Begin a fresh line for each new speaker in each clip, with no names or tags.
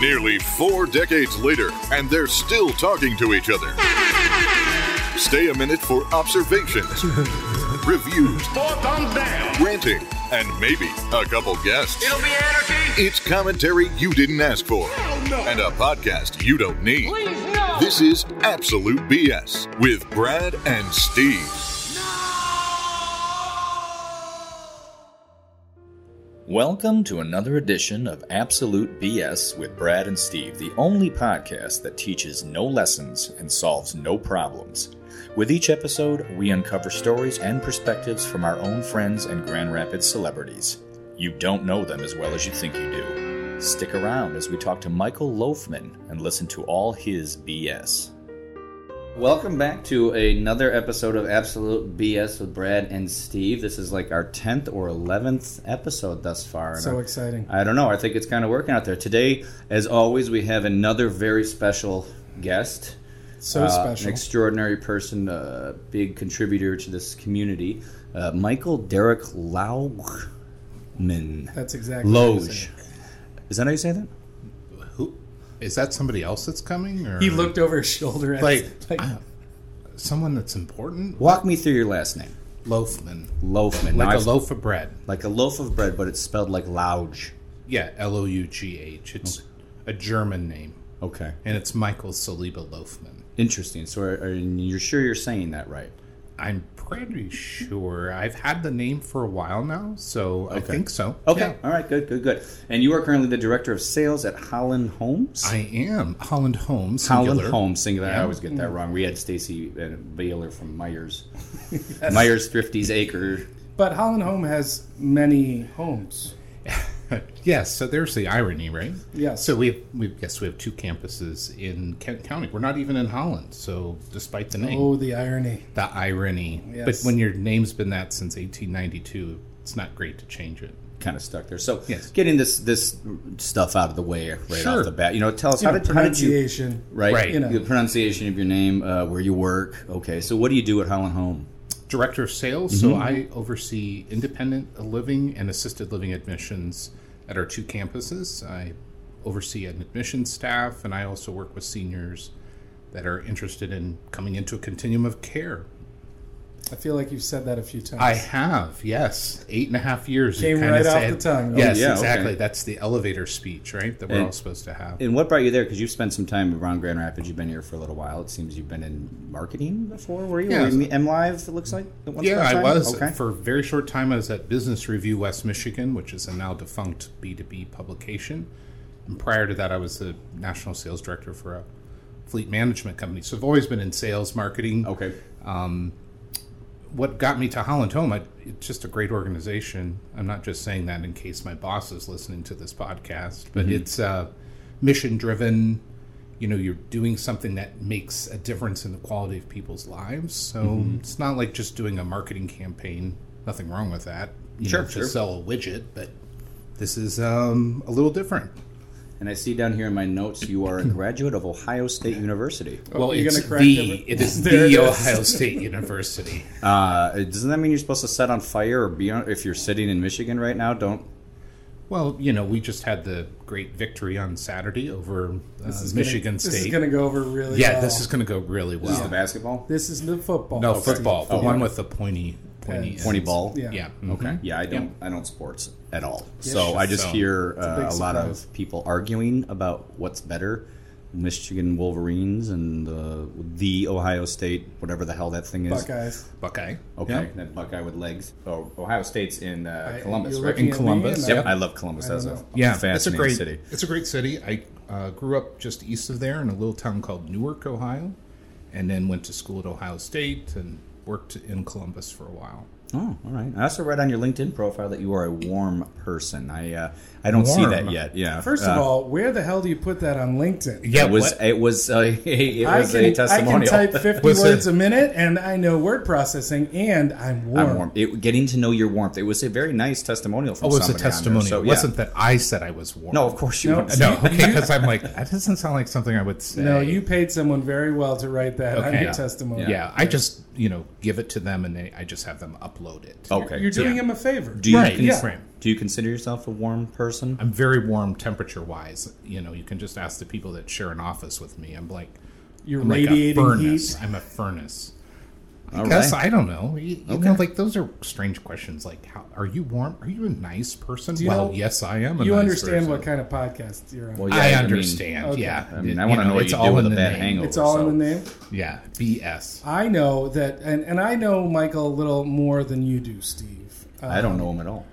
Nearly four decades later, and they're still talking to each other. Stay a minute for observations, reviews,
Four thumbs down.
ranting, and maybe a couple guests.
It'll be anarchy.
It's commentary you didn't ask for, and a podcast you don't need. This is Absolute BS with Brad and Steve.
Welcome to another edition of Absolute BS with Brad and Steve, the only podcast that teaches no lessons and solves no problems. With each episode, we uncover stories and perspectives from our own friends and Grand Rapids celebrities. You don't know them as well as you think you do. Stick around as we talk to Michael Loafman and listen to all his BS.
Welcome back to another episode of Absolute BS with Brad and Steve. This is like our 10th or 11th episode thus far. And
So
I-
exciting.
I don't know. I think it's kind of working out there. Today, as always, we have another very special guest.
So
Uh,
special.
An extraordinary person, a big contributor to this community. Uh, Michael Derek Laugman.
That's exactly what I'm
Loge.
saying.
Is that how you say that?
Who is that? Somebody else that's coming, or
He looked over his shoulder at
Like-
like
someone that's important?
Walk me through your last name.
Loafman,
Loafman. Now
like a
I've-
loaf of bread.
like a loaf of bread, but it's spelled like Lauge.
Yeah, L O U G H. It's a German name,
Okay.
and it's Michael Saliba Loafman.
Interesting. So, are, are- you're sure you're saying that right?
I'm pretty sure I've had the name for a while now, so I think so.
Okay.
Yeah.
All right. Good. Good. Good. And you are currently the director of sales at Holland Homes.
I am Holland Holmes.
Holland
singular.
Homes. Singular. I always get that
Mm.
wrong. We had Stacy uh, Baylor from Myers, Myers Thrifties Acre.
But Holland Home has many homes.
Yes, so there's the irony, right?
Yes.
So we have, we yes we have two campuses in Kent County. We're not even in Holland, so despite the name,
Oh, the irony.
the irony.
Yes.
But when your name's been that since 1892, it's not great to change it.
Kind of stuck there. So,
Yes.
getting this this stuff out of the way right
Sure.
off the bat. You know, tell us
You
how
know,
did, how did you
pronunciation.
right,
Right. You
know.
the pronunciation of your name, uh, where you work. Okay. So, what do you do at Holland Home?
Director of Sales, so
Mm-hmm.
I oversee independent living and assisted living admissions at our two campuses. I oversee an admissions staff, and I also work with seniors that are interested in coming into a continuum of care.
I feel like you've said that a few times.
I have, yes, eight and a half years. you
Came
kinda
right off
said-
the tongue.
Yes,
Oh, yeah,
exactly.
okay.
That's the elevator speech, right? That we're all supposed to have.
And what brought you there? Because you've spent some time around Grand Rapids. You've been here for a little while. It seems you've been in marketing before. Were you?
Yeah.
Were you M Live? It looks like. at once
Yeah,
upon a
I
time?
was.
Okay.
For a very short time, I was at Business Review West Michigan, which is a now defunct B2B publication. And prior to that, I was the national sales director for a fleet management company. So I've always been in sales, marketing.
okay.
What got me to Holland Home, I, it's just a great organization. I'm not just saying that in case my boss is listening to this podcast, but it's uh, mission driven. You know, you're doing something that makes a difference in the quality of people's lives. So it's not like just doing a marketing campaign. Nothing wrong with that. You
Sure,
know, to
sure.
sell a widget, but this is um, a little different.
And I see down here in my notes you are a graduate of Ohio State University.
well,
you're
it's
gonna correct
the
every-
it is
There it
the
is.
Ohio State University.
Uh, doesn't that mean you're supposed to set on fire or be on? If you're sitting in Michigan right now, don't.
Well, you know, we just had the great victory on Saturday over uh,
Gonna-
Michigan State.
This is going to go over really
yeah,
well.
this is going to go really
This is the
well.
basketball.
This is the football.
No, football. The
Oh,
one
yeah.
with the pointy, pointy,
Pens.
Twenty
ends.
ball.
Yeah.
Yeah.
Okay. Yeah, I don't.
Yep.
I don't sports at all. so
sure.
I just
So,
hear
a
uh,
big
a, lot
surprise.
of people arguing about what's better, Michigan Wolverines and uh, the Ohio State, whatever the hell that thing is.
Buckeyes.
Buckeye.
Okay,
Yeah.
that Buckeye with legs. Oh, Ohio State's in uh,
I-
Columbus,
you're
right?
looking
In
at
Columbus,
Me,
Yep,
and I-
I love Columbus.
I
That's
don't
a
know.
Yeah,
fascinating
it's a great
city.
It's a great city. I uh, grew up just east of there in a little town called Newark, Ohio, and then went to school at Ohio State and worked in Columbus for a while.
Oh, all right. I also read on your LinkedIn profile that you are a warm person. I uh, I don't see
Warm.
that yet. Yeah.
First of all, where the hell do you put that on LinkedIn?
it was it was uh, it
I
was
can,
a testimonial.
I can type 50
Was it-
words a minute and I know word processing and I'm warm.
I'm warm. It, getting to know your warmth. It was a very nice testimonial from
Oh, it was a
somebody on there,
testimonial.
so,
It
yeah.
wasn't that I said I was warm.
No, of course you
No,
wouldn't.
No, okay, because I'm like, that doesn't sound like something I would say.
No, you paid someone very well to write that on
Okay.
your
Yeah.
testimony.
Yeah.
Yeah, I just, you know, give it to them and they, I just have them upload it.
Okay.
You're doing
Yeah.
him a favor.
do you
Right,
cons-
yeah.
do you consider yourself a warm person?
I'm very warm temperature wise. You know, you can just ask the people that share an office with me. I'm like
You're
I'm like a
radiating
furnace.
heat.
I'm a furnace. I
All
guess
right.
I don't know. You, you know, like those are strange questions. Like, how are you warm? Are you a nice person?
you
well,
know-
yes, I am. A
You
nice
understand what
person.
kind of podcast you're on.
Well,
I
Yeah, I mean-
understand.
Okay.
Yeah,
I mean,
It-
I want to
you
know what
it's
you
all
do with
in
a
the
bad
name.
hangover.
it's all
so-
in the name.
Yeah, BS.
I know that, and, and I know Michael a little more than you do, Steve. Uh,
I don't know him at all.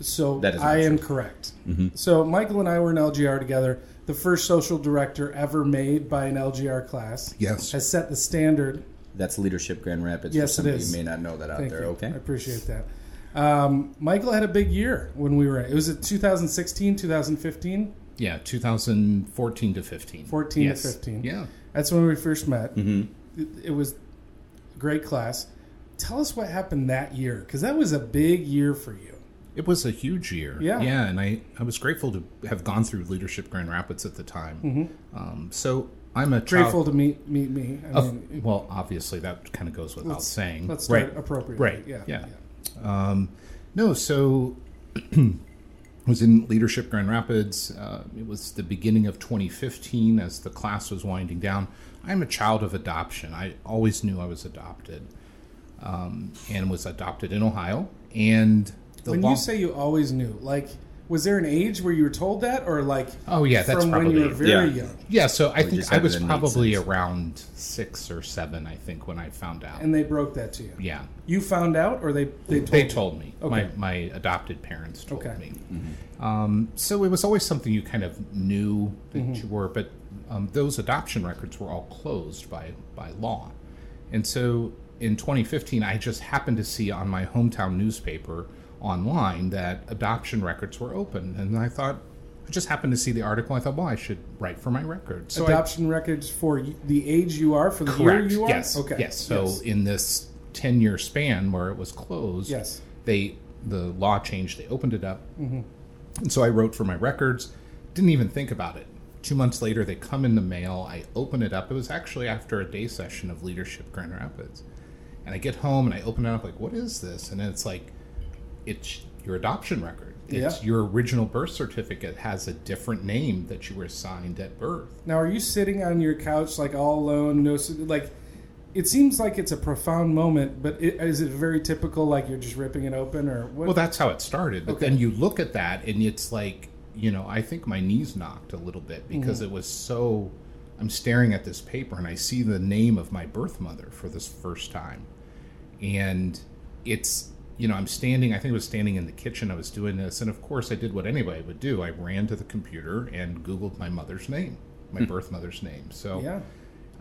So
That is not
I am correct.
Mm-hmm.
So Michael and I were in LGR together. The first social director ever made by an LGR class.
Yes.
Has set the standard.
That's Leadership Grand Rapids.
Yes,
for
it
somebody
is.
You may not know that out
Thank
there.
you.
Okay.
I appreciate that. Um, Michael had a big year when we were. It was it 2016, 2015.
Yeah, 2014 to 15.
14 to
Yes.
15.
Yeah.
That's when we first met.
Mm-hmm.
It, it was a great class. Tell us what happened that year because that was a big year for you.
It was a huge year.
Yeah.
Yeah. And I, I was grateful to have gone through Leadership Grand Rapids at the time. Um, so I'm a child-
Mm-hmm. Grateful to meet meet me. I mean,
of- well, obviously, that kind of goes without saying.
let's start
Right.
appropriately.
Right.
Yeah.
Yeah. Um, no, so I was in leadership Grand Rapids. Uh, it was the beginning of 2015 as the class was winding down. I'm a child of adoption. I always knew I was adopted, um, and was adopted in Ohio. And the
When
law-
you say you always knew, like, was there an age where you were told that, or like,
Oh, yeah, that's
from when you were
probably-
very
yeah.
young,
yeah, so I think
just
I
have
was
it in
probably
nonsense.
around six or seven. I think when I found out.
and they broke that to you?
yeah,
You found out, or they they told?
They
you?
told me.
Okay.
My, my adopted parents told
Okay.
me. Um, so it was always something you kind of knew that
Mm-hmm.
you were, but um, those adoption records were all closed by, by law. And so in 2015, I just happened to see on my hometown newspaper online that adoption records were open. And I thought, I just happened to see the article. I thought, well, I should write for my record. So I-
adoption records for y- the age you are for the year
Correct.
you are.
Yes.
Okay.
Yes. So in this ten-year span where it was closed,
Yes. Mm-hmm.
they the law changed. They opened it up, and so I wrote for my records. Didn't even think about it. Two months later, they come in the mail. I open it up. It was actually after a day session of leadership Grand Rapids, and I get home and I open it up like, what is this? And then it's like, it's your adoption record. It's
Yeah.
your original birth certificate has a different name that you were assigned at birth.
Now, are you sitting on your couch like all alone? No, s- like it seems like it's a profound moment, but it, is it very typical? Like you're just ripping it open, or what?
Well, that's how it started. But
Okay.
then you look at that, and it's like, you know, I think my knees knocked a little bit because
Mm-hmm.
it was so. I'm staring at this paper, and I see the name of my birth mother for this first time, and it's. You know, I'm standing. I think I was standing in the kitchen. I was doing this, and of course, I did what anybody would do. I ran to the computer and Googled my mother's name, my birth mother's name. So,
Hmm. yeah.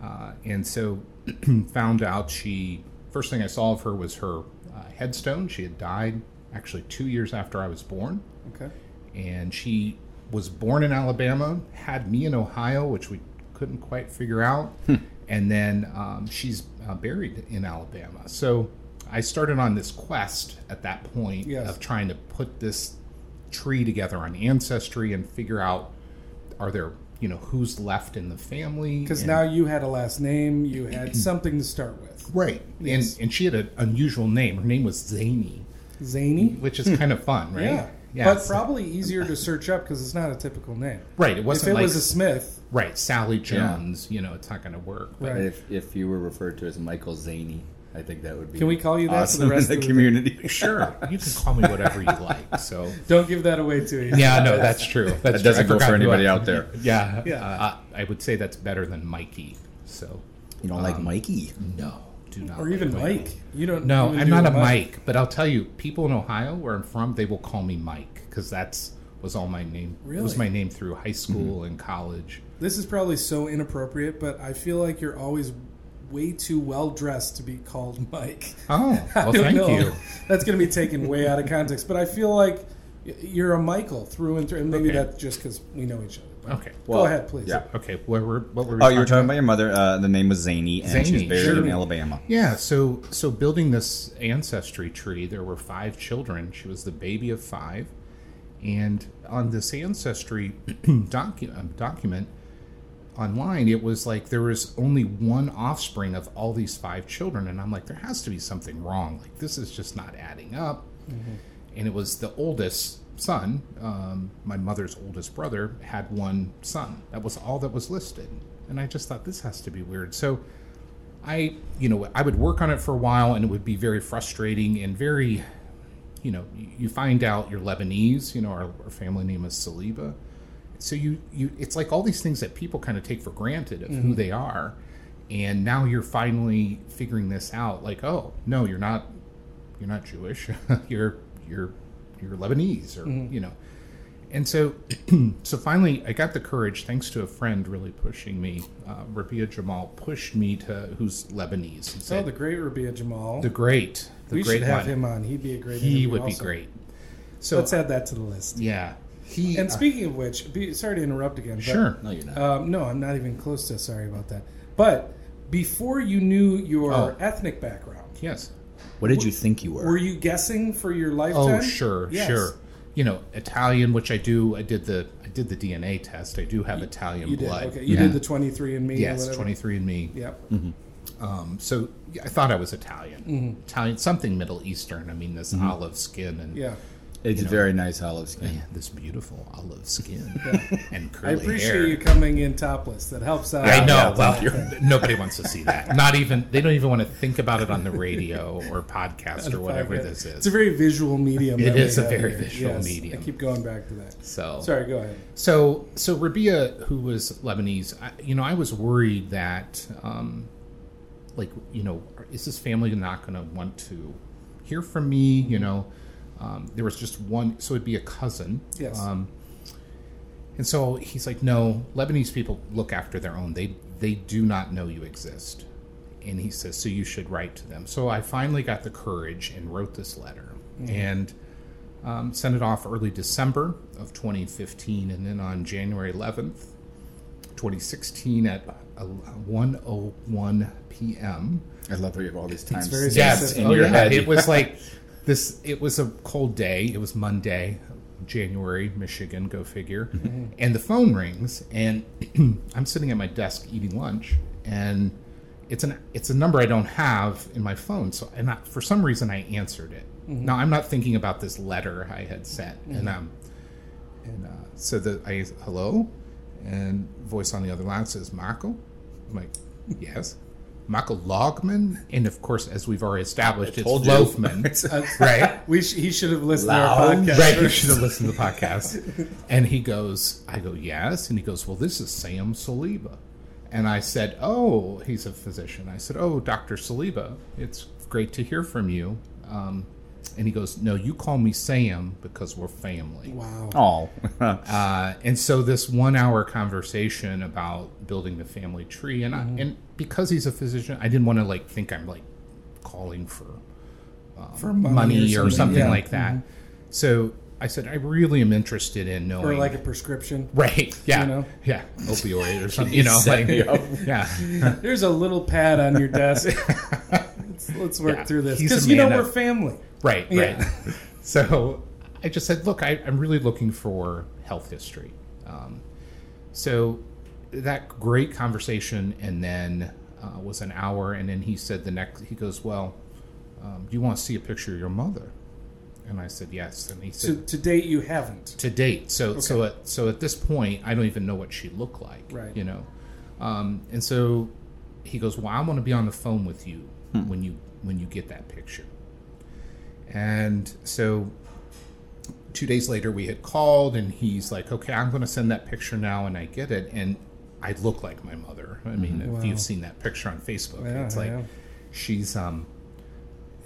uh, and so found out she first thing i saw of her was her uh, headstone she had died actually two years after i was born
Okay.
and she was born in alabama had me in ohio which we couldn't quite figure out
Hmm.
and then um, she's uh, buried in alabama so i started on this quest at that point
Yes.
of trying to put this tree together on ancestry and figure out are there you know who's left in the family
Because
and-
now you had a last name, you had something to start with.
Right.
Yes.
And and she had an unusual name. Her name was Zany,
Zany.
which is kind of fun, right?
Yeah. But
so-
probably easier to search up because it's not a typical name.
right. It
If
wasn't
it
like
was a Smith,
right Sally Jones. You know, it's not going to work. But
right?
If, if you were referred to as Michael Zaney, I think that would be.
Can we call you that for
awesome
the
in
rest
the
of the-
community?
sure, you can call me whatever you like. So
Don't give that away too easy.
yeah, no, that's true. That's
That doesn't
true. I
go for
forgot who I-
anybody out there.
Yeah.
Yeah.
Uh, I would say that's better than Mikey. So
You don't like Mikey?
no, do not.
Or
like
even
Mikey.
Mike. You don't.
No,
even
I'm
do
not a Mike. but I'll tell you, people in Ohio, where I'm from, they will call me Mike because that's was all my name. It
Really?
was my name through high school and college.
This is probably so inappropriate, but I feel like you're always way too well dressed to be called Mike.
Oh,
I
well,
don't
thank
know.
you.
That's going to be taken way out of context, but I feel like y- you're a Michael through and through, and maybe
Okay.
that's just because we know each other. But
Okay.
Go ahead, please.
Yeah.
Okay. What were what were we
Oh, you were talking about your mother. Uh, the name was Zany, and she's
Zaney,
buried
sure.
in Alabama.
Yeah. So so building this ancestry tree, there were five children. She was the baby of five, and on this ancestry docu- um, document, online, it was like there was only one offspring of all these five children, and I'm like, there has to be something wrong. Like this is just not adding up. And it was the oldest son, um, my mother's oldest brother, had one son. That was all that was listed, and I just thought this has to be weird. So. I, you know, I would work on it for a while and it would be very frustrating and very you know, you- you find out you're Lebanese. You know, our, our family name is Saliba. So you, you, it's like all these things that people kind of take for granted of
Mm-hmm.
who they are, and now you're finally figuring this out. Like, oh no, you're not, you're not Jewish. you're, you're, you're Lebanese, or
Mm-hmm.
you know. And so, so finally, I got the courage, thanks to a friend really pushing me. Uh, Rabia Jamal pushed me to who's Lebanese. And
So
said,
Oh, the great Rabia Jamal.
the great, the
we
great
should have
one.
him on. He'd be a great.
He
interview
would be
also.
great. So
Let's add that to the list.
yeah. He
And
uh,
speaking of which, be, sorry to interrupt again. But,
sure.
No, you're not.
Um, no, I'm not even close to sorry about that. But before you knew your
Oh.
ethnic background,
Yes.
what did you think you were?
were you guessing for your
Oh,
lifetime?
sure,
Yes.
sure. You know, Italian, which I do. I did the I did the DNA test. I do have Italian
You did.
blood.
Okay. You
Yeah.
did the 23 and me.
yes,
Or
twenty Mm-hmm.
whatever.
three and me. Um,
Yep.
So yeah, I thought I was Italian,
Mm-hmm.
Italian, something Middle Eastern. I mean, this olive skin and
Yeah.
it's very nice olive skin.
man, this beautiful olive skin and
I
curly
appreciate
hair.
you coming in topless. That helps out.
I know. Well, you're, nobody wants to see that. Not even they don't even want to think about it on the radio or podcast or whatever this is.
It's a very visual medium.
It
that we
is a
have
very
here.
visual
Yes,
medium.
I keep going back to that.
so
Sorry, go ahead.
So, so Rabia, who was Lebanese, I, you know, I was worried that, um, like, you know, is this family not going to want to hear from me? You know, um, there was just one, so it'd be a cousin.
Yes.
Um, and so he's like, no, Lebanese people look after their own. They they do not know you exist. And he says, so you should write to them. So I finally got the courage and wrote this letter and um, sent it off early December of 2015. And then on January 11th, 2016 at uh, 1.01 p.m.,
I love how you have all these times.
very
Yes,
in
oh,
your
yeah.
head.
It was like this. It was a cold day. It was Monday, January, Michigan. Go figure.
Mm-hmm.
And the phone rings, and I'm sitting at my desk eating lunch, and it's an it's a number I don't have in my phone. So, and I, for some reason, I answered it.
Mm-hmm.
Now I'm not thinking about this letter I had sent, and um, and uh, so the I hello, and voice on the other line says Michael. I'm like, yes, Michael Logman, and of course, as we've already established, it's
told you.
Loafman, right?
We sh- he should have listened
Loud.
to our podcast.
Right, you should have listened to the podcast. And he goes, I go, yes. And he goes, well, this is Sam Saliba. And I said, oh, he's a physician. I said, oh, Dr. Saliba, it's great to hear from you. Um, and he goes, no, you call me Sam because we're family.
Wow.
Oh,
Uh, and so this one hour conversation about building the family tree and
Mm-hmm.
I, and because he's a physician i didn't want to like think i'm like calling for
For
money, or something,
Oh, yeah. Mm-hmm.
like that so i said i really am interested in knowing
Or like a prescription.
right yeah
you know?
yeah opioid or something you know like yeah
There's a little pad on your desk. let's, let's work
Yeah.
through this
He's a
because you know
man
we're
of-
family.
Right,
Yeah.
right. so I just said, look, I, I'm really looking for health history. Um, so that great conversation, and then uh, was an hour, and then he said the next, he goes, well, um, do you want to see a picture of your mother? And I said yes, and he
To,
said
to date, you haven't.
to date. So so at, so at this point, I don't even know what she looked like,
Right.
You know, um, and so he goes, "Well, I want to be on the phone with you when you when you get that picture." And so two days later, we had called, and he's like, "Okay, I'm going to send that picture now," and I get it, and I look like my mother. I mean, if you've seen that picture on Facebook,
Yeah,
it's like
yeah.
she's um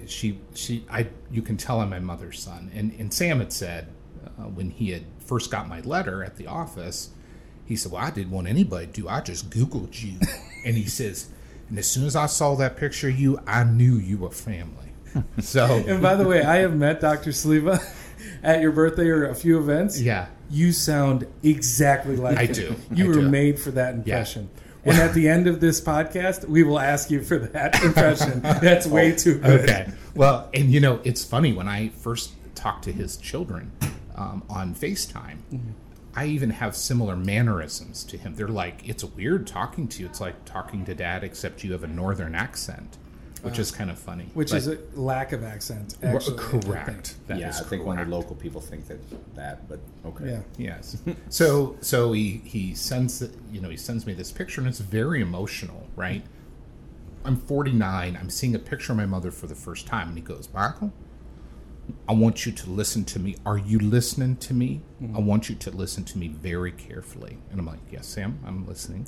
she she I you can tell I'm my mother's son. And and Sam had said uh, when he had first got my letter at the office, he said, "Well, I didn't want anybody to. I just Googled you." and he says, "And as soon as I saw that picture of you, I knew you were family." So
And by the way, I have met Dr. Saliva at your birthday or a few events.
yeah,
You sound exactly like
I
him.
do.
You
I
were
do.
made for that impression. And at the end of this podcast, we will ask you for that impression. That's way too good.
Oh, okay. Well, and you
Mm-hmm.
know, it's funny when I first talked to his children um, on FaceTime. I even have similar mannerisms to him. They're like, it's weird talking to you. It's like talking to dad, except you have a northern accent, which is kind of funny.
which
But-
is a lack of accent.
Well,
Actually, I think.
correct. That
yeah,
is
I think one of
correct.
the local people think that that, but okay.
Yeah.
Yes. so so he he sends the- you know he sends me this picture and it's very emotional, right? I'm 49. I'm seeing a picture of my mother for the first time, and he goes, Michael, I want you to listen to me. Are you listening to me? I want you to listen to me very carefully. And I'm like, Yes, Sam, I'm listening.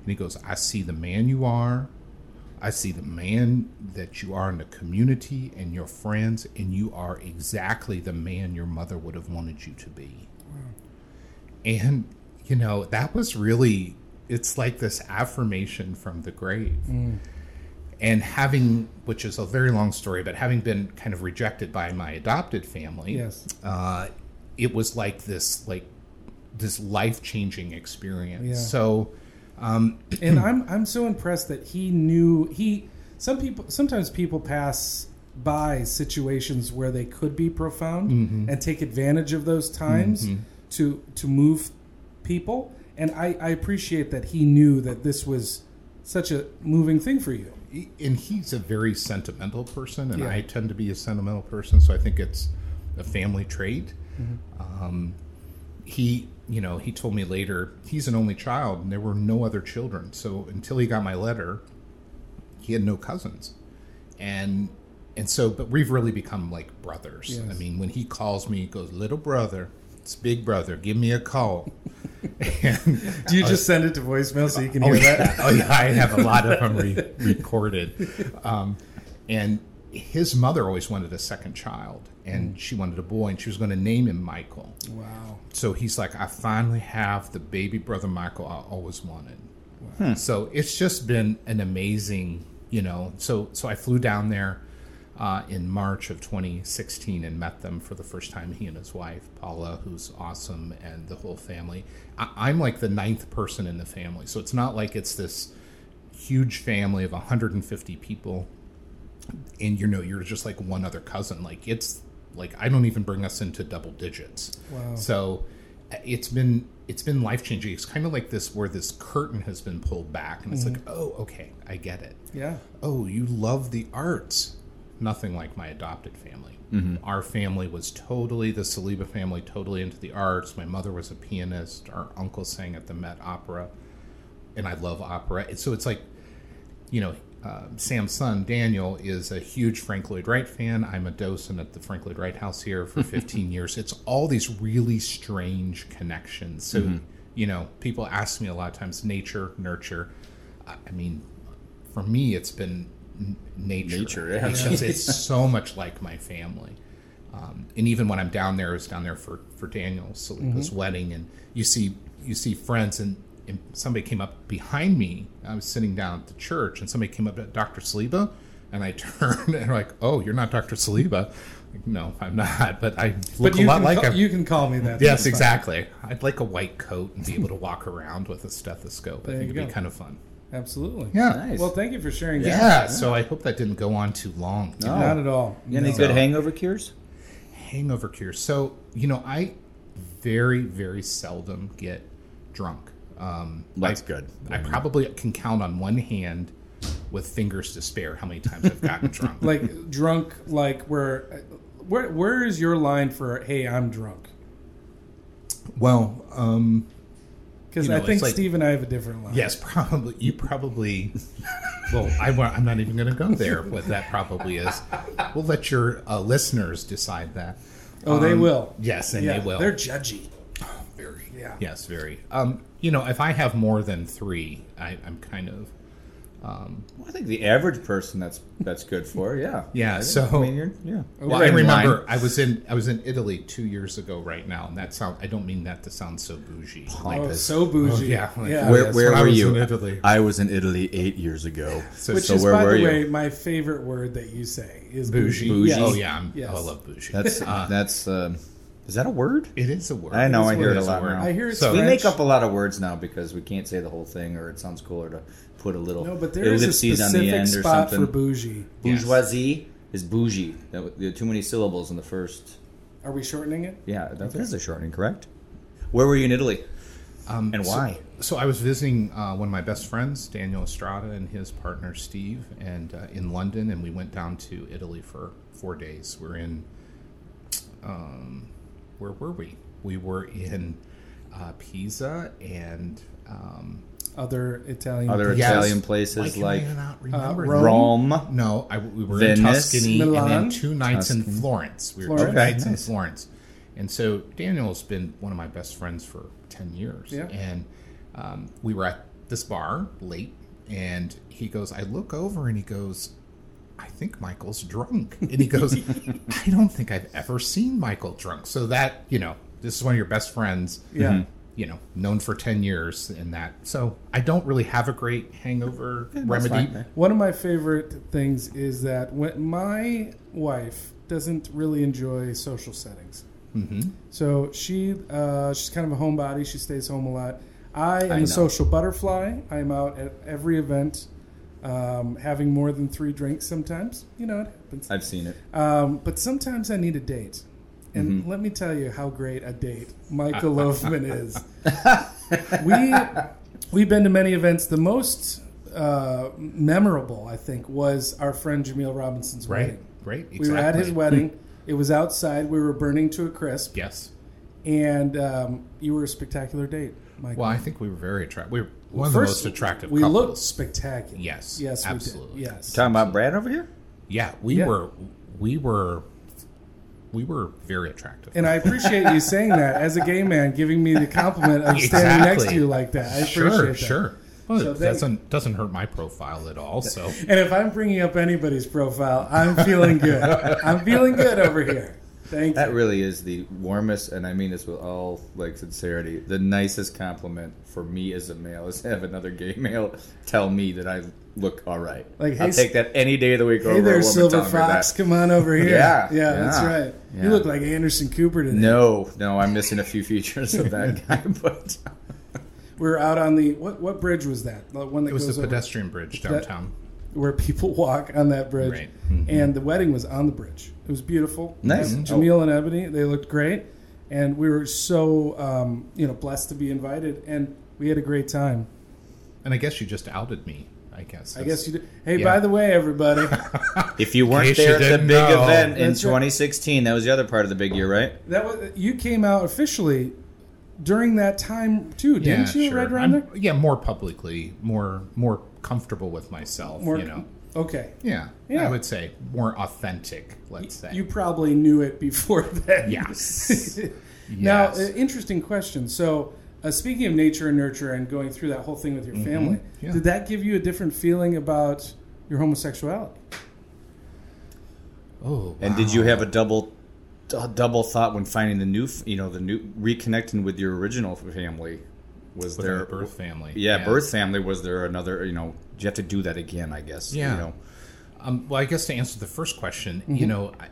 And he goes, I see the man you are. I see the man that you are in the community and your friends, and you are exactly the man your mother would have wanted you to be and you know that was really it's like this affirmation from the grave
Mm.
and having which is a very long story but having been kind of rejected by my adopted family
Yes.
uh, it was like this like this life-changing experience
Yeah.
so
and I'm I'm so impressed that he knew he. Some people sometimes people pass by situations where they could be profound and take advantage of those times to to move people. And I, I appreciate that he knew that this was such a moving thing for you.
and he's a very sentimental person, and
Yeah.
I tend to be a sentimental person, so I think it's a family trait.
Mm-hmm.
Um, he, you know, he told me later he's an only child, and there were no other children. So until he got my letter, he had no cousins, and and so, but we've really become like brothers. I
Yes.
mean, when he calls me, he goes, "Little brother, it's big brother, give me a call." and
Do you just send it to voicemail so you can
Oh
hear
yeah.
that?
oh yeah, I have a lot of them re- recorded. Um, and his mother always wanted a second child, and she wanted a boy, and she was going to name him Michael.
Wow.
So he's like, I finally have the baby brother Michael I always wanted. So it's just been an amazing, you know. So so I flew down there uh, in March of 2016 and met them for the first time. He and his wife Paula, who's awesome, and the whole family. I, I'm like the ninth person in the family, so it's not like it's this huge family of 150 people and you know you're just like one other cousin like it's like i don't even bring us into double digits
Wow.
so uh, it's been it's been life changing it's kind of like this where this curtain has been pulled back and it's like oh okay i get it
Yeah.
oh you love the arts nothing like my adopted family our family was totally the saliba family totally into the arts my mother was a pianist our uncle sang at the met opera and i love opera And so it's like you know, uh, Sam's son Daniel is a huge Frank Lloyd Wright fan. I'm a docent at the Frank Lloyd Wright House here for 15 years. It's all these really strange connections. So,
Mm-hmm.
you know, people ask me a lot of times nature, nurture. I I mean, for me, it's been n- nature.
Nature, yeah.
Because it's so much like my family. Um, and even when I'm down there, I was down there for for Daniel Saliba's
Mm-hmm.
wedding, and you see you see friends, and, and somebody came up behind me. I was sitting down at the church, and somebody came up to Dr. Saliba, and I turned and like, "Oh, you're not Dr. Saliba." Like, no, I'm not, but I look
But you
a lot
can
like
ca-
him.
you can call me that.
yes,
That's fine.
exactly. I'd like a white coat and be able to walk around with a stethoscope. I
There
think
you
it'd be
go.
kind of fun.
Absolutely.
Yeah.
Nice.
Well, thank you for sharing
Yeah,
that.
so I hope that didn't go on too long.
No.
Not at all.
You got any
No.
good hangover cures?
hangover cure. So, you know, I very, very seldom get drunk. Um,
That's
I-
good.
I probably can count on one hand with fingers to spare how many times I've gotten drunk.
like drunk like where where where is your line for hey i'm drunk
well, um,
because
You know,
i think
it's like-
steve and i have a different line
yes, probably. You probably. Well, I, wa- I'm not even going to go there. What that probably is, we'll let your uh, listeners decide that.
oh they
Um,
will
Yes, and
yeah,
they will.
they're judgy
very.
Yeah.
Yes, very. Um, you know, if I have more than three, I, I'm kind of
Well, I think the average person that's that's good for, yeah.
Yeah,
I think-
so-
I mean, you're, yeah.
Well, Oh, I
You're in line.
remember I was in I was in Italy two years ago right now, and that sound I don't mean that to sound so bougie. Like,
oh so bougie
yeah, like-
yeah
Where-
Where,
yes,
where
when I
were
was
you?
in Italy.
I was in Italy eight years ago.
so,
which
so
is
where
by
were
the
you?
way my favorite word that you say is
bougie.
bougie.
Bougie.
Oh yeah, I'm,
Yes.
oh, I love bougie. Uh,
That's that's um, is that a word?
it is a word.
I know, I
is
hear it
what
a
is
lot
word.
now.
i hear it's
So-
French.
We make up a lot of words now because we can't say the whole thing, or it sounds cooler to put a little
no but there is a
ellipses on the
specific
end or
spot
something.
for bougie
Yes.
Bourgeoisie is bougie. That, w- there are too many syllables in the first.
are we shortening it
Yeah, that is a shortening, correct?
Where were you in Italy?
Um,
And
so-
why?
So, I was visiting uh, one of my best friends, Daniel Estrada, and his partner Steve, and uh, in London, and we went down to Italy for four days. We're in, um, where were we? We were in uh, Pisa and um,
Other Italian.
Other
places.
yes.
Italian
why
places
can
like Uh,
I not remember
Rome.
Rome.
No, I, we were in
Venice,
Tuscany and
Milan,
then two nights in Florence. We were
Florence.
two
Okay,
nights in
nice.
Florence. And so Daniel's been one of my best friends for 10 years.
Yeah.
And um, we were at this bar late, and he goes, I look over and he goes, I think Michael's drunk. And he goes, I don't think I've ever seen Michael drunk. So that, you know, this is one of your best friends
Yeah.
you know, known for 10 years and that. So I don't really have a great hangover remedy.
fine, man.
One of my favorite things is that when my wife doesn't really enjoy social settings. Mm-hmm. So she uh, she's kind of a homebody. She stays home a lot. I am a
know.
social butterfly. I am out at every event, um, having more than three drinks sometimes. You know, it happens.
I've seen it.
Um, but sometimes I need a date. And
Mm-hmm.
let me tell you how great a date Michael Loafman is. we we've been to many events. The most uh, memorable, I think, was our friend Jameel Robinson's
Right,
wedding.
right.
We were at his
exactly. Hmm.
wedding. it was outside. We were burning to a crisp,
Yes.
and um, you were a spectacular date, Michael.
Well, I think we were very attractive. We were one of
First,
the most attractive
We
couples.
looked spectacular.
Yes,
yes,
absolutely.
We did. Yes,
Um,
Talking about Brad over here?
yeah, we
Yeah.
were we were we were very attractive.
And I appreciate you saying that as a gay man, giving me the compliment of standing
Exactly.
next to you like that. I appreciate
sure,
that.
sure. Well,
So
it
they-
doesn't doesn't hurt my profile at all. So
And if I'm bringing up anybody's profile, I'm feeling good. I'm feeling good over here. Thank
That
you.
really is the warmest, and I mean this with all like sincerity, the nicest compliment for me as a male is to have another gay male tell me that I look all right.
Like,
I'll
hey,
take that any day of the week over
Hey
a
there,
woman
Silver
telling me that.
Fox. Come on over here.
Yeah,
yeah,
yeah,
that's right.
yeah.
You look like Anderson Cooper today.
No, no, I'm missing a few features of that guy, but uh,
We were out on the what? What bridge was that? The one that
it was
goes
the
over-
pedestrian bridge downtown.
where people walk on that bridge.
Right.
And the wedding was on the bridge. It was beautiful.
Nice.
And Jamil and Ebony, they looked great, and we were so um, you know blessed to be invited, and we had a great time.
And I guess you just outed me. I guess.
I guess you did. Hey,
Yeah.
by the way, everybody,
if you weren't
case you
there at the
didn't
big
know.
event in
That's right.
2016, that was the other part of the big year, right?
that was you came out officially during that time too,
Yeah,
didn't you?
sure.
Right around
I'm-
there.
Yeah, more publicly, more more comfortable with myself.
More-
you know.
Okay.
Yeah,
Yeah.
I would say more authentic. Let's say.
You probably knew it before then.
yes.
Now,
Yes.
uh, interesting question. So, uh, speaking of nature and nurture and going through that whole thing with your family,
Mm-hmm. Yeah.
did that give you a different feeling about your homosexuality?
oh,
And did you have a double a double thought when finding the new, f- you know, the new reconnecting with your original family? Was
with
there
their birth family?
Yeah, birth family. Was there another? You know, do you have to do that again? I guess. you
Yeah.
know?
Um, well, I guess to answer the first question, you know, I,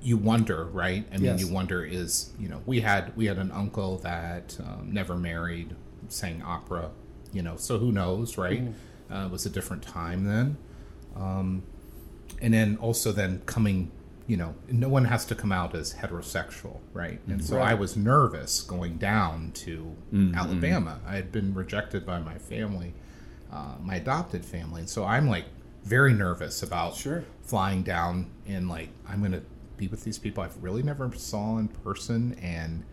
you wonder, right? I mean,
Yes.
you wonder is you know we had we had an uncle that um, never married, sang opera, you know, so who knows, right? Uh, it was a different time then, um, and then also then coming. You know, no one has to come out as heterosexual, right? And so I was nervous going down to
Mm-hmm.
Alabama. I had been rejected by my family, uh, my adopted family. And so I'm like very nervous about
Sure.
flying down and like I'm going to be with these people I've really never saw in person and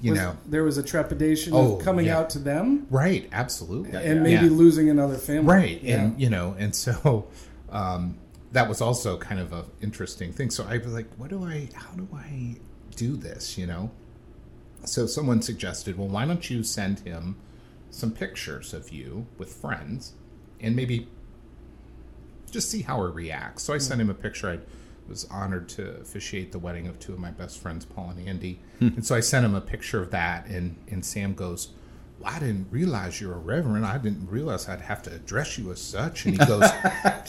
you
Was-
know
there was a trepidation
Oh,
of coming
yeah.
out to them
right absolutely
and maybe
Yeah.
losing another family.
right
Yeah.
and you know and so um that was also kind of a interesting thing so i was like what do i how do i do this you know so someone suggested well why don't you send him some pictures of you with friends and maybe just see how he reacts so i sent him a picture i was honored to officiate the wedding of two of my best friends paul and andy and so i sent him a picture of that and and sam goes well, I didn't realize you're a reverend. I didn't realize I'd have to address you as such. And he goes,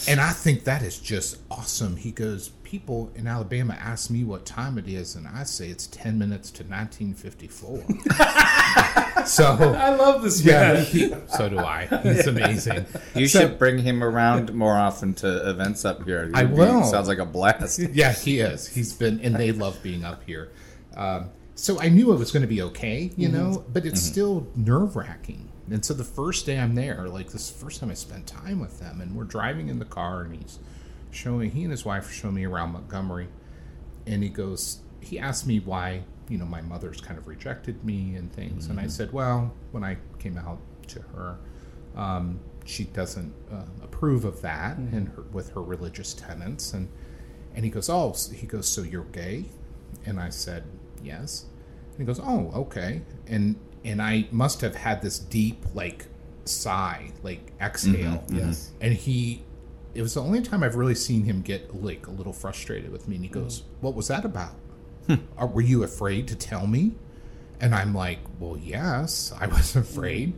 and I think that is just awesome. He goes, people in Alabama ask me what time it is, and I say it's ten minutes to 1954. so
I love this
yeah,
man.
he- so do I. He's amazing.
You
So-
should bring him around more often to events up here.
I
It'd be-
will.
Sounds like a blast.
Yeah, he is. He's been, and they love being up here. Um, so I knew it was going to be okay, you know, but it's still nerve wracking. And so the first day I'm there, like this first time I spent time with them, and we're driving in the car, and he's showing he and his wife show me around Montgomery, and he goes, he asked me why, you know, my mother's kind of rejected me and things, and I said, well, when I came out to her, um, she doesn't uh, approve of that, and her, with her religious tenets, and and he goes, oh, s- he goes, so you're gay, and I said, yes, and he goes, oh, okay, and and I must have had this deep like sigh, like exhale,
Yes.
and he it was the only time I've really seen him get like a little frustrated with me and he goes, What was that about? Are, were you afraid to tell me? And I'm like, Well, yes, I was afraid.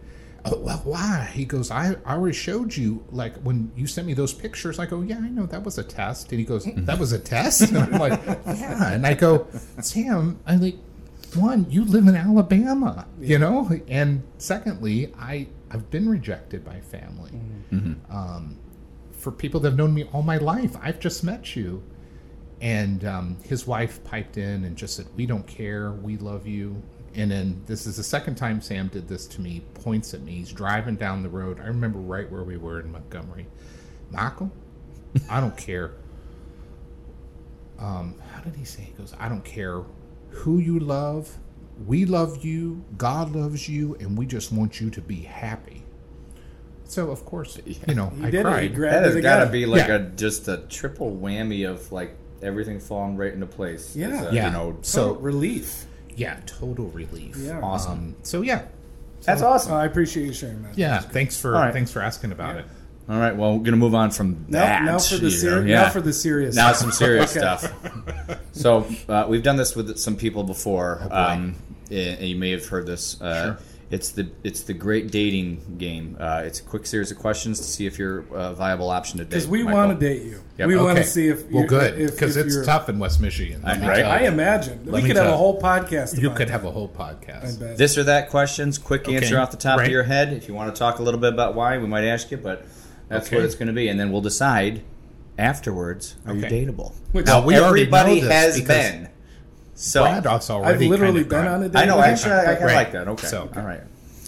Oh, well, why? He goes, I, I already showed you, like, when you sent me those pictures. I go, Yeah, I know that was a test. And he goes, That was a test? And I'm like, Yeah. And I go, Sam, I like, one, you live in Alabama, you know? And secondly, I, I've been rejected by family for people that have known me all my life. I've just met you. And um, his wife piped in and just said, We don't care. We love you. And then this is the second time Sam did this to me, points at me. He's driving down the road. I remember right where we were in Montgomery. Michael, I don't care. Um, how did he say? He goes, I don't care who you love. We love you. God loves you. And we just want you to be happy. So, of course, you know,
He
I
did it. He
cried.
grabbed
That has
it
got to
again.
be like
Yeah.
a just a triple whammy of like everything falling right into place.
Yeah.
It's a,
Yeah.
You know,
So
so
relief.
yeah, total relief.
Yeah.
awesome.
Um, so yeah,
That's
Oh,
awesome.
I appreciate you sharing that.
yeah. Thanks for
All right.
thanks for asking about it.
All right. Well, we're gonna move on from
Now,
that.
now for the
you know?
ser-
yeah.
now for the serious.
Now
stuff.
some serious
Okay.
stuff. So uh, we've done this with some people before. um, and you may have heard this. Uh, It's the it's the great dating game. Uh, it's a quick series of questions to see if you're a viable option to date.
because we
Michael.
want to date you.
Yep,
we want to
Okay.
see if
well,
you-
good
if-
because
if
it's
you're-
tough in West Michigan.
I
Let me
know.
tell
I
you.
imagine we
me
could have
tell
a
you.
whole podcast.
You
about
could
it,
have a whole
I
podcast.
bet.
This or that questions, quick answer off the top
right.
of your head. If you want to talk a little bit about why, we might ask you, but that's
Okay.
what it's going to be. And then we'll decide afterwards are
Okay.
you dateable?
Which-
Now, we already
Everybody
know this
has
because
been. So
Brad also
I've
already
literally
kind
been
of got
on a date.
I know.
with you.
Actually, I, I kind of
Right.
like that. Okay.
So-
all right.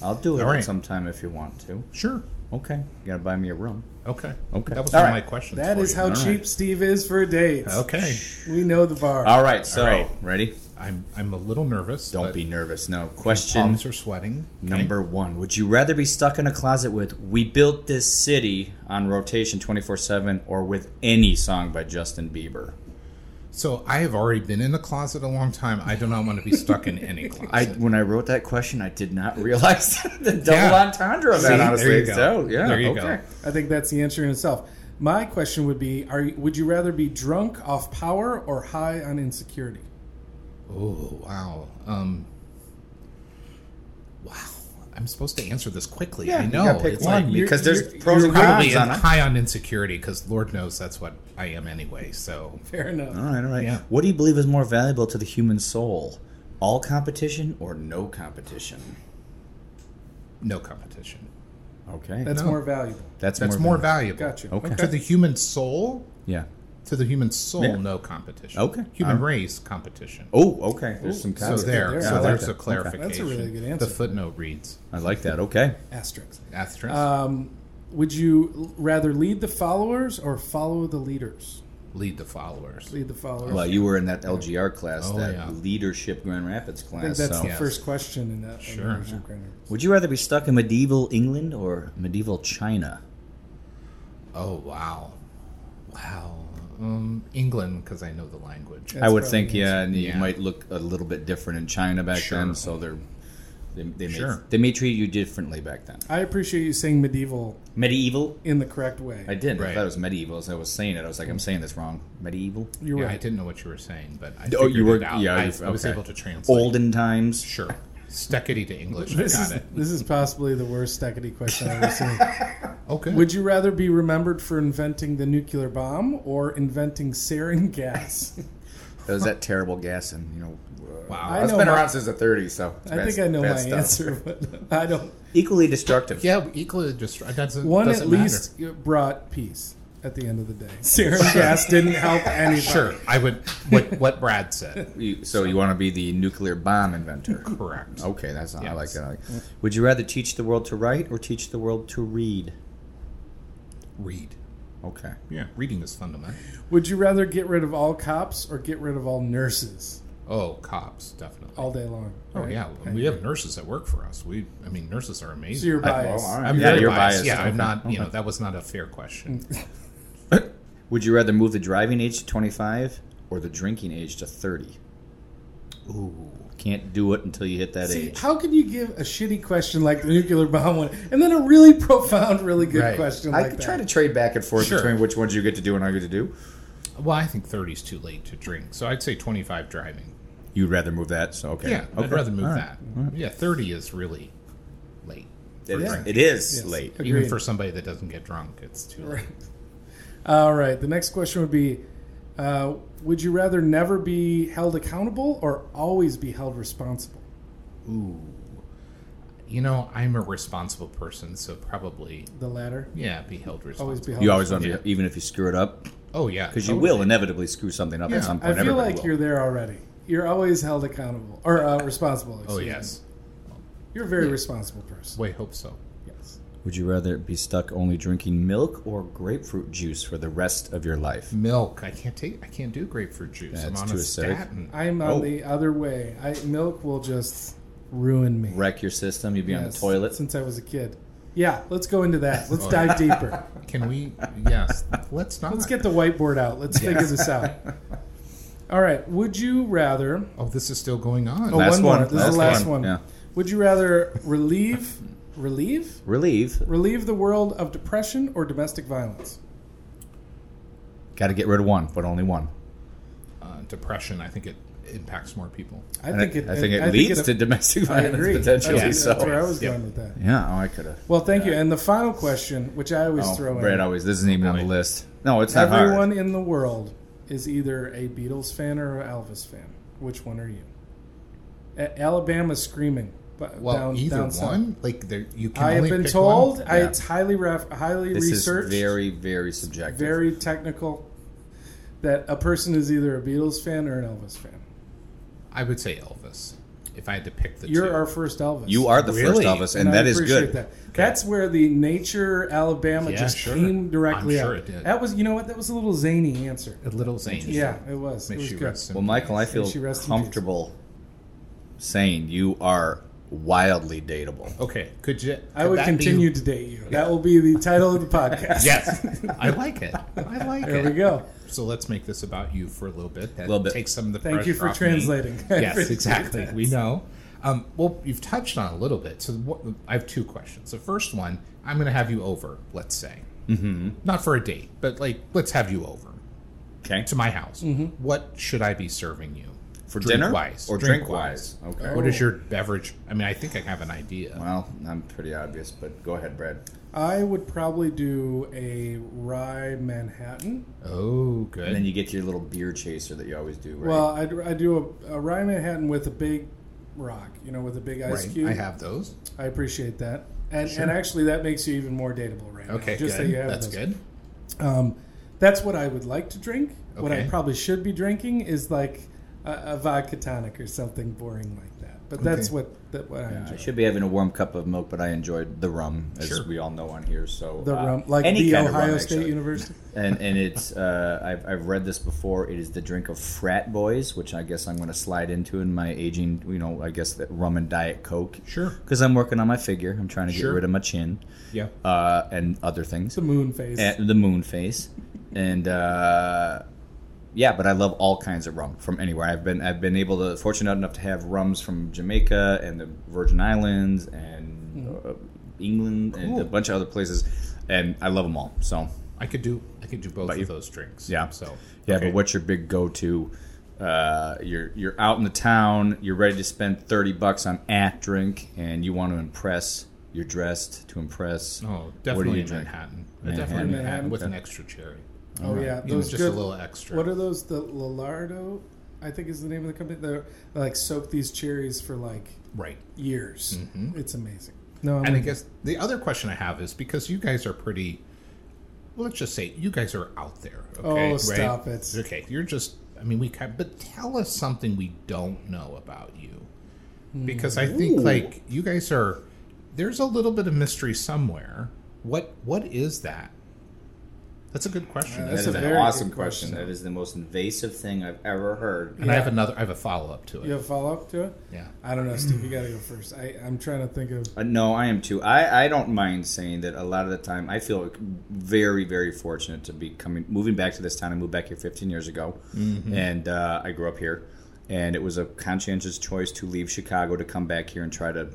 I'll do it
All right.
sometime if you want to.
Sure.
Okay. You gotta buy me a room.
Okay.
Okay.
That was
All
one of
right.
my questions.
That
for
is
you.
how cheap Steve is for dates.
Okay.
We know the bar.
All right. So
All right.
ready?
I'm I'm a little nervous.
Don't
but Oh,
be nervous. No question.
Palms are sweating. Okay.
Number one, would you rather be stuck in a closet with We Built This City on rotation 24 7 or with any song by Justin Bieber?
So I have already been in the closet a long time. I do not want to be stuck in any closet.
I When I wrote that question, I did not realize the double
Yeah.
entendre of that,
See? There
honestly.
you go.
So, yeah.
There you
okay.
go.
I think that's the answer in itself. My question would be: Are you- would you rather be drunk off power or high on insecurity?
Oh wow. Um, wow. I'm supposed to answer this quickly.
Yeah,
I
you
know.
gotta pick
it's
one
like
because
you're-
there's pros and
probably
cons
in
on it.
high on insecurity because Lord knows that's what I am anyway. So
Fair enough.
All right, all right.
Yeah.
What do you believe is more valuable to the human soul? All competition or no competition?
no competition.
Okay.
That's
No.
more valuable.
that's,
That's more, valuable.
Gotcha.
Okay.
To the human soul,
Yeah.
to the human soul,
Yeah.
no competition.
Okay.
Human
All
race competition.
Oh, okay. There's some
so
context.
there.
there.
I
So
like
there's
that.
a clarification.
That's a really good answer.
The footnote reads.
I like that. Okay.
Asterisk.
Asterisk.
Um, would you l- rather lead the followers or follow the leaders?
lead the followers.
Lead the followers.
Well, you were in that LGR class,
Oh,
that
yeah.
leadership Grand Rapids
I think
class.
that's
so.
the
Yes.
first question in that. in
Sure.
the original grammar.
Would you rather be stuck in medieval England or medieval China?
Oh wow, wow. Um, England because I know the language.
I
That's
would
probably
think,
the
yeah, and you
Yeah.
might look a little bit different in China back
Sure.
then, so they're. They, they, may,
Sure.
they may treat you differently back then.
I appreciate you saying medieval
Medieval?
in the correct way.
I didn't. I
Right.
thought it was medieval. As I was saying it, I was like, I'm saying this wrong. Medieval?
You're
yeah, I
right.
didn't know what you were saying, but I
Oh,
figured
you were-
it out.
yeah,
I,
you've-
I was
okay.
able to translate.
Olden times.
Sure. Steckity to English. I
This
got
is,
it.
this is possibly the worst Steckity question I've ever seen.
Okay.
Would you rather be remembered for inventing the nuclear bomb or inventing sarin gas?
That was that terrible gas, and you know,
wow.
I know my-
since the 30s, so it's
I
bad-
think I know
bad
my
stuff.
answer, but I don't.
Equally destructive.
yeah, equally just doesn't
One
doesn't
at
matter.
least brought peace. at the end of the day. Serum gas didn't help anybody.
Sure, I would. What, what Brad said.
You- so you want to be the nuclear bomb inventor?
Correct.
Okay, that's not, I like
Yes.
that. I like- Would you rather teach the world to write or teach the world to read?
Read.
Okay.
Yeah, reading is fundamental.
Would you rather get rid of all cops or get rid of all nurses
Oh, cops definitely.
all day long?
Oh
right?
yeah, we have nurses that work for us. We, I mean, nurses are
So
amazing.
you're biased.
all right.
I'm
Yeah,
very
you're
biased.
biased.
Yeah,
Okay,
I'm not. You know,
okay.
that was not a fair question.
Would you rather move the driving age to 25 or the drinking age to 30?
Ooh,
Can't do it until you hit that
See,
age.
how can you give a shitty question like the nuclear bomb one, and then a really profound, really good
Right.
question
I
like
could
that?
try to trade back and forth
Sure.
between which ones you get to do and I get to do.
Well, I think 30 is too late to drink, so I'd say 25 driving.
You'd rather move that, so okay.
Yeah,
okay.
I'd rather move
All right.
that. Yeah, 30 is really late.
It is,
Yeah.
it is
Yes.
late.
Even
Agreed.
for somebody that doesn't get drunk, it's too late.
Right. All right. The next question would be: uh, Would you rather never be held accountable or always be held responsible?
Ooh. You know, I'm a responsible person, so probably,
The latter.
yeah, be held responsible.
Always be held.
You always want to,
Yeah.
be even if you screw it up,
Oh, yeah.
because you
totally.
will inevitably screw something up
Yeah.
at some
I
point.
feel
Everybody
like
will.
you're there already. You're always held accountable or uh, responsible.
Oh,
excuse me.
yes.
You're a very responsible person.
Wait, hope so.
Yes.
Would you rather be stuck only drinking milk or grapefruit juice for the rest of your life?
Milk. I can't take, I can't do grapefruit juice. I'm
That's
on
too
a
acidic.
statin.
I'm on
Oh.
the other way. I, milk will just ruin me.
Wreck your system. You'd be on the
Yes,
toilet. Oh.
since I was a kid. Yeah, let's go into that. Let's dive deeper.
Can we, yes, let's not.
Let's get the whiteboard out. Let's figure this out. All right. Would you rather?
Oh, this is still going on.
Oh,
Last
one more.
one.
This is the
Last
last
one.
one.
Yeah.
Would you rather relieve, relieve,
Relieve.
relieve the world of depression or domestic violence?
Got to get rid of one, but only one.
uh, depression, I think it impacts more people.
I
And
think
it-
it.
I think it leads to domestic
I
violence
agree.
potentially.
That's,
so
that's where I was
Yep.
going with that.
yeah, oh, I could have.
Well, thank you. And the final question, which I always
Oh,
throw in:
Brad always. This isn't even on the list. No, it's not
Everyone
hard.
in the world is either a Beatles fan or an Elvis fan. Which one are you? A- Alabama screaming. bu-
Well,
down,
either
down
one,
south.
like there, you can.
I have
only
been
pick
told.
one.
I,
Yeah.
it's highly ref, highly
This
researched,
is very, very subjective.
very technical. That a person is either a Beatles fan or an Elvis fan.
I would say Elvis. If I had to pick the
You're
two,
our first Elvis.
you are the
Really?
first Elvis, and,
I
that is
appreciate
good.
That. That's where the nature Alabama
Yeah,
just
sure.
came directly
I'm sure
up.
it did.
That was, you know what? That was a little zany answer.
a little zany.
Yeah, it was.
Makes
it
you
was
rest
good.
in
Well, Michael, I
May she
feel
rest in peace.
comfortable saying you are wildly dateable.
Okay, could you?
I
could
would
that be-
continue to date you. That will be the title of the podcast.
Yes, I like it. I like
There
it.
we go.
So let's make this about you for a little bit. That
Little bit.
Take some of the.
Thank you
pressure
for
off me.
translating. I
yes,
appreciate
exactly.
that.
We know. Um, well, you've touched on it a little bit. So what, I have two questions. The first one, I'm going to have you over. Let's say, mm-hmm. not for a date, but like let's have you over.
Okay,
to my house.
Mm-hmm.
What should I be serving you
for dinner
wise
or drink wise. Okay.
What
Oh.
is your beverage? I mean, I think I have an idea.
Well, I'm pretty obvious, but go ahead, Brad.
I would probably do a rye Manhattan.
Oh,
And then
good.
you get to your little beer chaser that you always do, right?
Well, I'd, I do a, a rye Manhattan with a big rock, you know, with a big ice
Right.
cube.
I have those.
I appreciate that. And, and actually, that makes you even more dateable right now.
Okay,
Just
good.
that you have
That's
those.
good.
Um, that's what I would like to drink. What I
Okay.
probably should be drinking is like a, a vodka tonic or something boring like that. But that's
Okay.
what that what I
I
enjoy.
should be having a warm cup of milk, but I enjoyed the rum, as
Sure.
we all know on here. So
The
uh,
rum, like
any
the
kind of
Ohio
rum,
State
actually.
University.
and and it's uh, I've I've read this before. It is the drink of frat boys, which I guess I'm going to slide into in my aging. You know, I guess that rum and diet coke.
Sure.
Because I'm working on my figure. I'm trying to get
Sure.
rid of my chin
Yeah.
uh, and other things.
The moon phase.
Eh,
And the moon face, and uh, yeah, but I love all kinds of rum from anywhere. I've been I've been able to fortunate enough to have rums from Jamaica and the Virgin Islands and
Mm-hmm.
uh, England and a bunch of other places, and I love them all. So
I could do. I could do both
But
of
you-
those drinks.
yeah.
So
yeah,
okay.
but what's your big go to? Uh, you're you're out in the town. You're ready to spend thirty bucks on at drink, and you want to impress. You're dressed to impress.
Oh, definitely
you
a
drink?
Manhattan. A
Manhattan.
Definitely a Manhattan
Manhattan.
with an extra cherry.
oh yeah,
You know,
those
just
good,
a little extra.
What are those? The Lillardo, I think is the name of the company. They're, they like soak these cherries for like
right.
years.
Mm-hmm.
It's amazing. No, I'm
And I guess the other question I have is because you guys are pretty well, let's just say you guys are out there.
Oh,
Okay, Right?
stop it.
Okay, you're just. I mean, we kind. But tell us something we don't know about you, because I think like you guys are. There's a little bit of mystery somewhere. What What is that? That's a good question.
That is
a
an
very good
awesome
question.
question. That is the most invasive thing I've ever heard.
and I have another. I have a follow up to it.
You have follow up to it?
Yeah.
I don't know, Steve. You got to go first. I, I'm trying to think of.
Uh, no, I am too. I, I don't mind saying that a lot of the time I feel very very fortunate to be coming moving back to this town. I moved back here 15 years ago, and uh, I grew up here. And it was a conscientious choice to leave Chicago to come back here and try to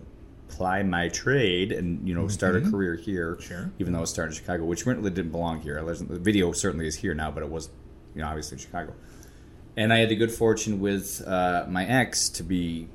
ply my trade and you know start a career here.
Sure.
Even though I was starting in Chicago, which really didn't belong here. I wasn't, the video certainly is here now, but it was you know obviously in Chicago. And I had the good fortune with uh, my ex to be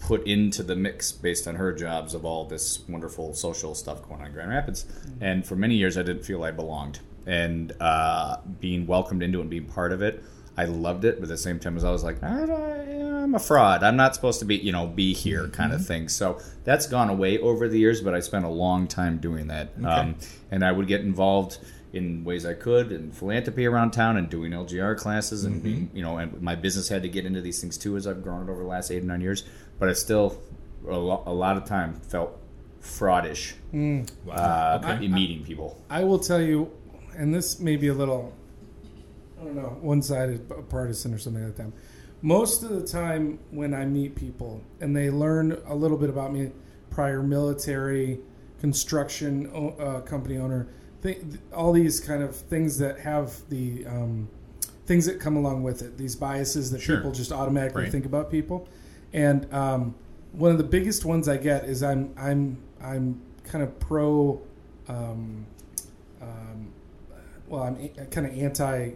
put into the mix based on her jobs of all this wonderful social stuff going on in Grand Rapids. And for many years, I didn't feel I belonged. And uh, being welcomed into it and being part of it, I loved it. But at the same time, as I was like, I, am a fraud. I'm not supposed to be, you know, be here kind of thing. So that's gone away over the years. But I spent a long time doing that. Um, and I would get involved in ways I could and philanthropy around town and doing LGR classes and being, you know, and my business had to get into these things too as I've grown it over the last eight or nine years. But I still, a, lo- a lot of time, felt fraudish
Mm.
uh, in meeting people.
I will tell you, and this may be a little, I don't know, one sided, partisan or something like that. Most of the time when I meet people and they learn a little bit about me, prior military, construction o- uh, company owner, th- all these kind of things that have the um, things that come along with it, these biases that people just automatically
Right.
think about people. And um, one of the biggest ones I get is I'm I'm I'm kind of pro um, um, well, I'm a- kind of anti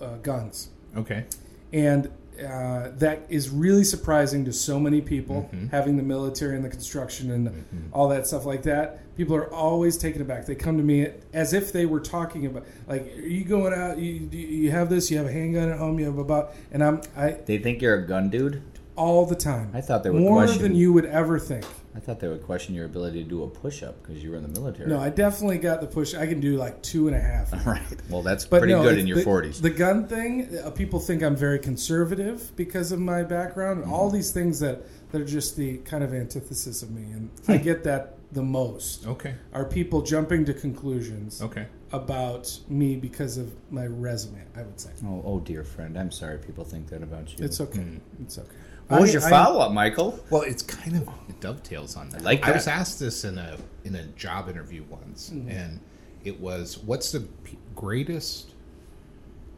uh, guns.
Okay.
And uh, that is really surprising to so many people
Mm-hmm.
having the military and the construction and all that stuff like that. People are always taken aback. They come to me as if they were talking about, like, are you going out? You, you- you have this, you have a handgun at home, you have a bot. And I'm, I,
They think you're a gun dude.
all the time.
I thought they would
More
question-
than you would ever think.
I thought they would question your ability to do a push up because you were in the military.
No, I definitely got the push. I can do like two and a half.
right. Well, that's
But
pretty
no,
good
it's
in your
the,
40s.
The gun thing, uh, people think I'm very conservative because of my background.
Mm-hmm.
and All these things that that are just the kind of antithesis of me, and
Hmm.
I get that the most.
Okay.
Are people jumping to conclusions
Okay.
about me because of my resume? I would say
oh, oh, dear friend. I'm sorry people think that about you.
it's okay. It's okay.
what was
I-
your
I-
follow up, Michael?
Well, it's kind of it dovetails on that.
like
I was
that.
asked this in a in a job interview once,
Mm-hmm.
and it was what's the p- greatest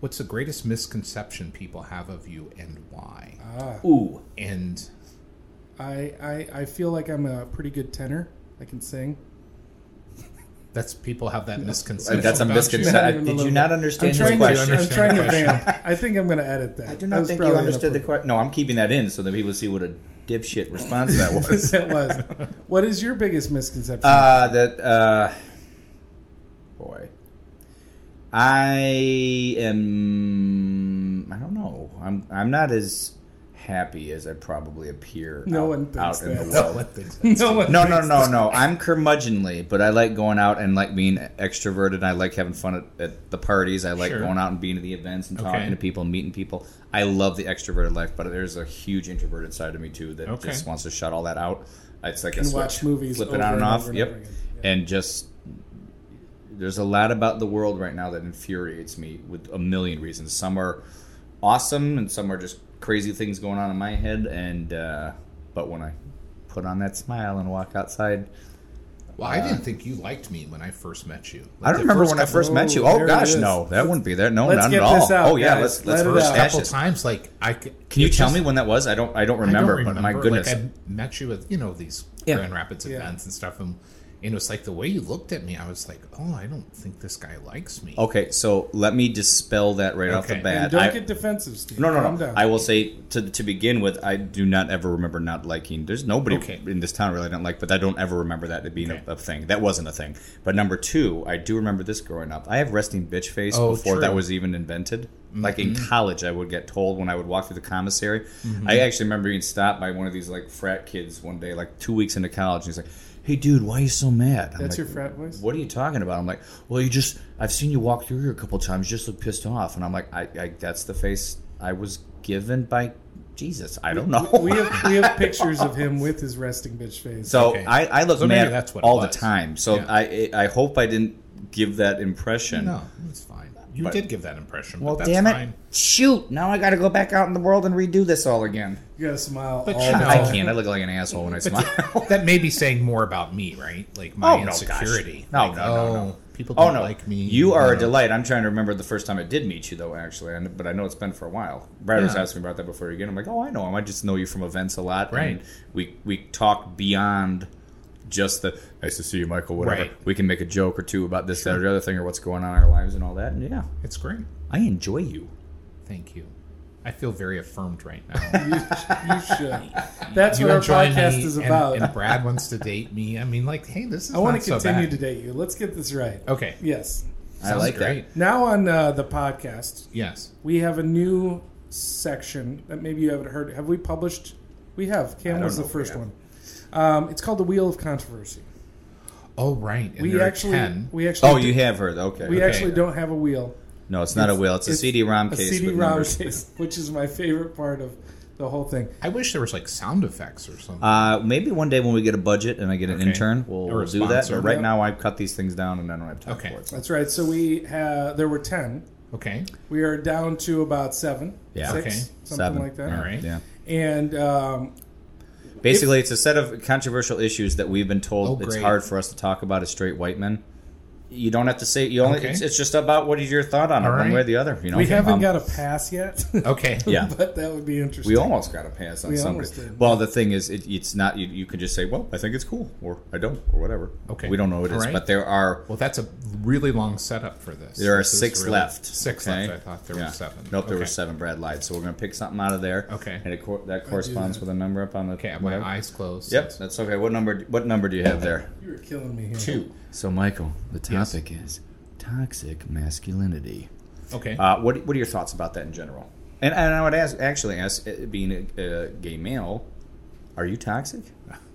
what's the greatest misconception people have of you and why?
Uh.
Ooh.
and
I, I I feel like I'm a pretty good tenor. I can sing.
that's people have that misconception.
That's a
about
Not
misconception.
even a
Uh, Did you
little
not
bit. I'm
understand his
trying
question?
to. I'm
Understand
trying
the
to vamp. I think I'm going to edit that.
I do
That
not
was
think you
probably
understood the
inappropriate.
question. No, I'm keeping that in so that people see what a dipshit response that was.
it was. What is your biggest misconception?
uh, that, uh, boy. I am, I don't know. I'm, I'm not as happy as I probably appear
No
out,
one thinks
out in the
that.
world.
no, one
No, no,
thinks
no, no. I'm curmudgeonly, but I like going out and like being extroverted. I like having fun at, at the parties. I like
Sure.
going out and being at the events and talking
Okay.
to people and meeting people. I love the extroverted life, but there's a huge introverted side to me too that
Okay.
just wants to shut all that out. It's like a
And
switch.
watch movies
flip it
over
on and
and
off.
over and
yep,
over again.
and just there's a lot about the world right now that infuriates me with a million reasons. Some are awesome, and some are just crazy things going on in my head. And uh, but when I put on that smile and walk outside,
Well, I didn't think you liked me when I first met you.
I don't remember when I first met you. Oh
there it
gosh,
is.
no, that wouldn't be there. No,
Let's
not
get
at all.
this out,
oh yeah,
guys.
let's let's
Let it
first
out.
stash
couple
this.
times. Like I c-
Can you
it's
tell
just-
me when that was? I don't I don't
I don't
remember, but my
remember.
goodness.
like I met you with you know these
Yeah.
Grand Rapids events and stuff, and, and it was like the way you looked at me. I was like, oh, I don't think this guy likes me.
Okay, so let me dispel that right off the
Okay.
bat.
And don't
I-
get defensive, Steve.
No, no,
Calm
no.
down.
I will say to to begin with, I do not ever remember not liking. There's nobody
Okay.
in this town really I don't like, but I don't ever remember that being
Okay.
a, a thing. That wasn't a thing. But number two, I do remember this growing up. I have resting bitch face
Oh,
before
true.
that was even invented. Like in
Mm-hmm.
college, I would get told when I would walk through the commissary. I actually remember being stopped by one of these like frat kids one day, like two weeks into college, and he's like. "Hey, dude, why are you so mad?" I'm
That's
like,
your frat voice?
What are you talking about? I'm like, "Well, you just I've seen you walk through here a couple times. You just look pissed off." And I'm like, "I, I that's the face I was given by Jesus. I don't know."
We have we have pictures of him with his resting bitch face.
So
Okay.
I, I look
So maybe
mad
that's what it
all
was.
the time. So
Yeah.
I I hope I didn't give that impression.
No, it's fine. You
But-
did give that impression.
Well,
but that's
damn it!
Fine.
Shoot! Now I got to go back out in the world and redo this all again.
you gotta smile.
But
all
you
the
know-
time.
I can't. I look like an asshole when I smile.
That may be saying more about me, right? Like my
Oh, no, gosh.
insecurity.
No, no,
Like,
no, no.
oh, People don't
oh no!
like me.
You are a
No.
delight. I'm trying to remember the first time I did meet you, though. Actually, I kn- but I know it's been for a while. Brad was
Yeah.
asking me about that before again. I'm like, oh, I know him. I just know you from events a lot.
Right.
And we we talk beyond just the nice to see you, Michael. Whatever.
Right.
We can make a joke or two about this, that, or the other thing, or what's going on in our lives and all that. And yeah,
It's great.
I enjoy you.
Thank you. I feel very affirmed right now.
You should. That's
You
what our
enjoy
podcast
me,
is
and-
about.
And, Brad wants to date me. I mean, like, hey, this is.
I want
not
to
so
continue
bad. Oh.
to date you. Let's get this right.
Okay.
Yes.
I
Sounds
like
great.
that.
Now on uh, the podcast,
Yes.
we have a new section that maybe you haven't heard. Have we published? We have. Cam
don't
was the
know if we
first
have.
one. Um, it's called the Wheel of Controversy.
Oh, right. And
We
there are
actually,
10.
we actually,
Oh, you have heard. Okay.
we
Okay.
actually don't have a wheel.
no, it's not a will. It's, a CD-ROM
a
case with
CD-ROM
numbers.
case, which is my favorite part of the whole thing.
I wish there was like sound effects or something.
Uh, maybe one day when we get a budget and I get an
Okay.
intern, we'll,
Or a
we'll do that.
sponsor.
But right
Yeah.
now, I've cut these things down and I don't have time
Okay.
for it.
That's right. So we have, there were ten.
okay.
We are down to about seven,
Yeah.
six,
Okay.
something
Seven.
like that.
Yeah.
All right.
Yeah.
And um,
Basically, it's a set of controversial issues that we've been told
Oh,
it's
great.
hard for us to talk about as straight white men. You don't have to say you only.
Okay.
It's, it's just about what is your thought on it,
All
one way or
right.
the other. You know,
we haven't
Um,
got a pass yet.
Okay.
Yeah.
but that would be interesting.
We almost got a pass on
We
some.
almost did.
Well, the thing is, it, it's not. You, you can just say, "Well, I think it's cool," or "I don't," or whatever.
Okay.
We don't know what it
All
is,
right.
but there are
Well, that's a really long setup for this.
There are
This is
six
really-
left.
Six
okay?
left. I thought there
Yeah.
were seven.
Nope, there were
Okay.
seven. Brad lied. So we're going to pick something out of there.
Okay.
And it cor- that corresponds with a number up on the.
Okay, I have
whatever.
my eyes closed.
Yep, that's okay. What number? What number do you have there?
You were killing me here.
Two.
So, Michael, the topic is toxic masculinity.
Okay.
Uh, what What are your thoughts about that in general? And and I would ask, actually ask, uh, being a, a gay male, are you toxic?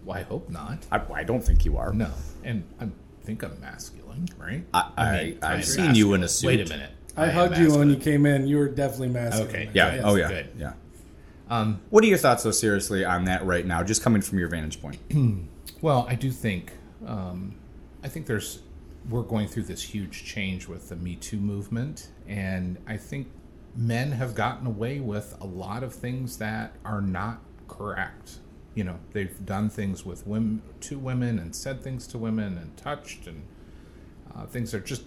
well, I hope not.
I, I don't think you are.
No. And I think I'm masculine, right?
I, I, I
mean,
have
am
seen you in a suit.
masculine. Wait a minute.
I,
am
hugged you when
masculine.
you came in. You were definitely masculine.
Okay.
Yeah.
Good.
Oh yeah.
Good.
Yeah.
Um,
What are your thoughts, though, seriously, on that right now? Just coming from your vantage point.
Well, I do think, um, I think there's, we're going through this huge change with the Me Too movement, and I think men have gotten away with a lot of things that are not correct. You know, they've done things with women to women and said things to women and touched and uh, things are just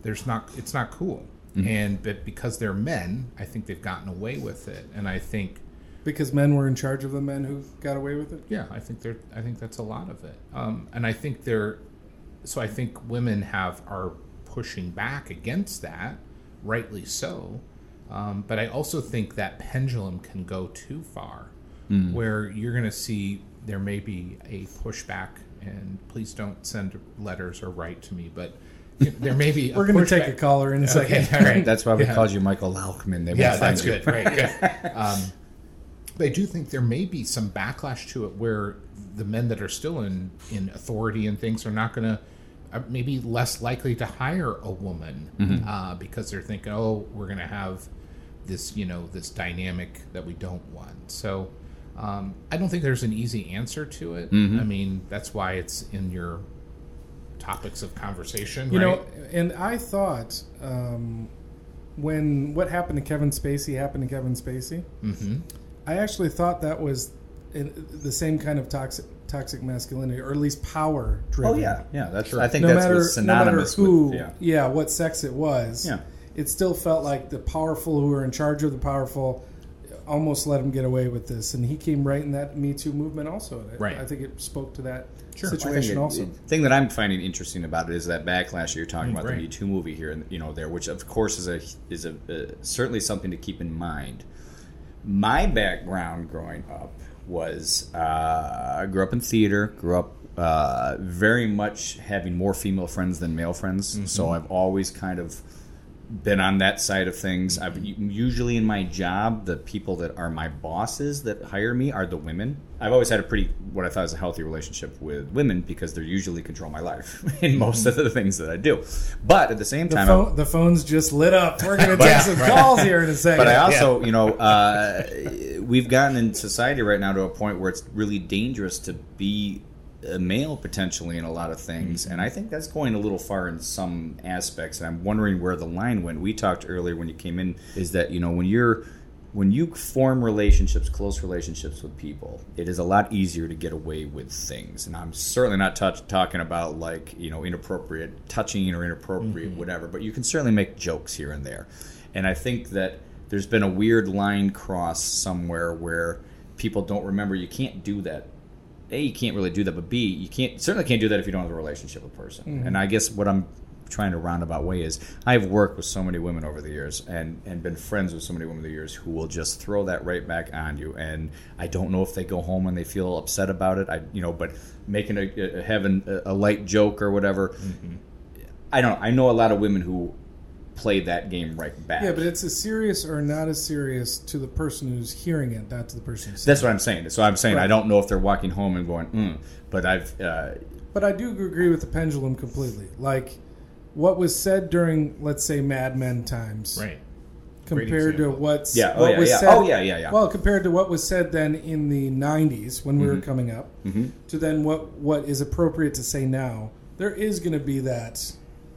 there's not it's not cool. And but because they're men, I think they've gotten away with it, and I think
Because men were in charge of the men who got away with it.
yeah, I think there. I think that's a lot of it. Um, and I think they're. So I think women have are pushing back against that, rightly so. Um, but I also think that pendulum can go too far, where you're going to see there may be a pushback, and please don't send letters or write to me, but there may be.
We're going to take a caller in a
Okay,
second.
all right.
That's why we
Yeah.
called you Michael Laukman. They
Yeah,
won't find
that's
you.
good. Right, good. Um, but I do think there may be some backlash to it where the men that are still in, in authority and things are not going to, are maybe less likely to hire a woman uh, because they're thinking, oh, we're going to have this, you know, this dynamic that we don't want. So um, I don't think there's an easy answer to it. I mean, that's why it's in your topics of conversation,
You
right?
know, and I thought um, when what happened to Kevin Spacey happened to Kevin Spacey,
mm-hmm.
I actually thought that was in, the same kind of toxic toxic masculinity, or at least power driven.
Oh yeah, yeah. That's I think
No
that's
matter,
what's synonymous
no matter who,
with yeah.
what sex it was,
Yeah.
it still felt like the powerful who were in charge of the powerful almost let him get away with this, and he came right in that Me Too movement also. I-
Right.
I think it spoke to that
Sure.
I think
situation
it-
also.
the thing that I'm finding interesting about it is that backlash you're talking about the
right.
Me Too movie here, and you know there, which of course is a is a uh, certainly something to keep in mind. My background growing up was uh, I grew up in theater, grew up uh, very much having more female friends than male friends, so I've always kind of been on that side of things. I've usually in my job, the people that are my bosses that hire me are the women. I've always had a pretty what I thought was a healthy relationship with women because they're usually control my life in most of the things that I do. But at the same
The,
time, I-
phone, the phone's just lit up. We're going to take some calls here in a second.
but I also, you know, uh, we've gotten in society right now to a point where it's really dangerous to be a male potentially in a lot of things, and I think that's going a little far in some aspects. And I'm wondering where the line went. We talked earlier when you came in is that you know when you're when you form relationships, close relationships with people, it is a lot easier to get away with things. And I'm certainly not touch, talking about like, you know, inappropriate touching or inappropriate whatever, but you can certainly make jokes here and there. And I think that there's been a weird line cross somewhere where people don't remember you can't do that a you can't really do that but b you can't certainly can't do that if you don't have a relationship with a person
Mm-hmm.
and i guess what i'm trying to roundabout way is i've worked with so many women over the years and and been friends with so many women over the years who will just throw that right back on you and i don't know if they go home and they feel upset about it i you know but making a, a having a, a light joke or whatever
Mm-hmm.
i don't i know a lot of women who play that game right back
yeah, but it's as serious or not as serious to the person who's hearing it, not to the person who's.
That's what I'm saying. So I'm saying I don't know if they're walking home and going, mm, but I've uh,
But I do agree with the pendulum completely. Like what was said during, let's say, Mad Men times,
Right.
compared to what's
Yeah, oh,
what
yeah,
was
yeah.
said.
Oh, yeah, yeah, yeah.
Well, compared to what was said then in the '90s when we
Mm-hmm.
were coming up, to then what what is appropriate to say now. There is going to be that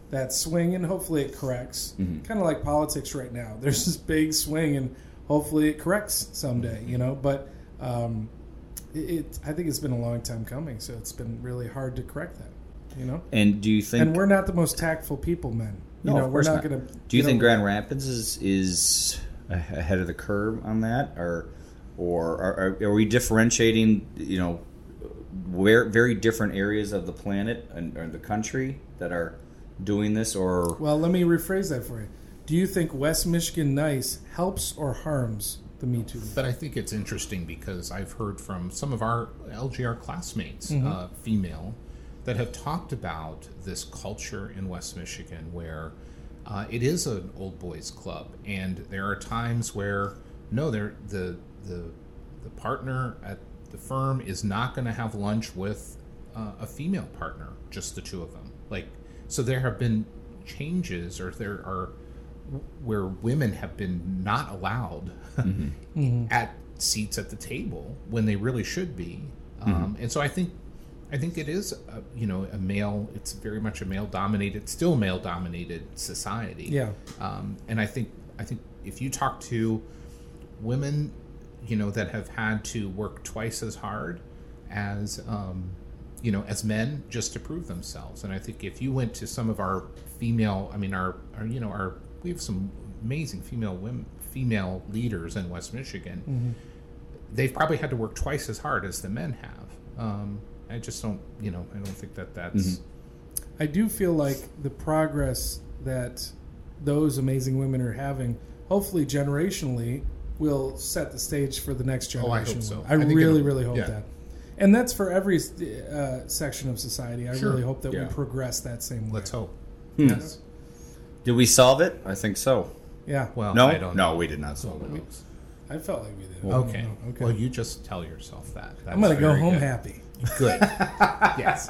that swing, and hopefully it corrects.
Mm-hmm.
Kind of like politics right now. There's this big swing, and hopefully it corrects someday. You know, but. Um, it, it, I think it's been a long time coming, so it's been really hard to correct that, you know.
and do you think
And we're not the most tactful people, men. You
No,
know,
of
we're
course
not,
not.
going to.
do you think Grand Rapids is is a- ahead of the curve on that, or or are, are, are we differentiating? You know, where very different areas of the planet and or the country that are doing this, or
Well, let me rephrase that for you. Do you think West Michigan Nice helps or harms the Me Too? movement?
But I think it's interesting because I've heard from some of our LGR classmates, uh, female, that have talked about this culture in West Michigan where uh, it is an old boys club, and there are times where no, there the the the partner at the firm is not going to have lunch with uh, a female partner, just the two of them. Like, so there have been changes, or there are where women have been not allowed at seats at the table when they really should be. Um, and so I think, I think it is, a, you know, a male. It's very much a male dominated, still male dominated society.
Yeah.
Um, and I think, I think if you talk to women, you know, that have had to work twice as hard as, um, you know, as men just to prove themselves. And I think if you went to some of our female, I mean, our, our you know, our, we have some amazing female women, female leaders in West Michigan.
Mm-hmm.
They've probably had to work twice as hard as the men have. Um, I just don't, you know, I don't think that that's
Mm-hmm. I do feel like the progress that those amazing women are having, hopefully generationally, will set the stage for the next generation.
Oh, I hope
of
so.
women.
I
I,
think
really,
it'll-
really hope
yeah.
that. And that's for every uh, section of society. I really hope that
Yeah.
we progress that same way.
let's hope.
Yes.
did we solve it? I think so.
Yeah.
Well,
No,
I don't
no,
know.
we did not solve it.
I felt like we did.
Okay.
Oh, okay.
Well, you just tell yourself that.
I'm going
That's
to go
very
home
good.
happy.
Good. yes.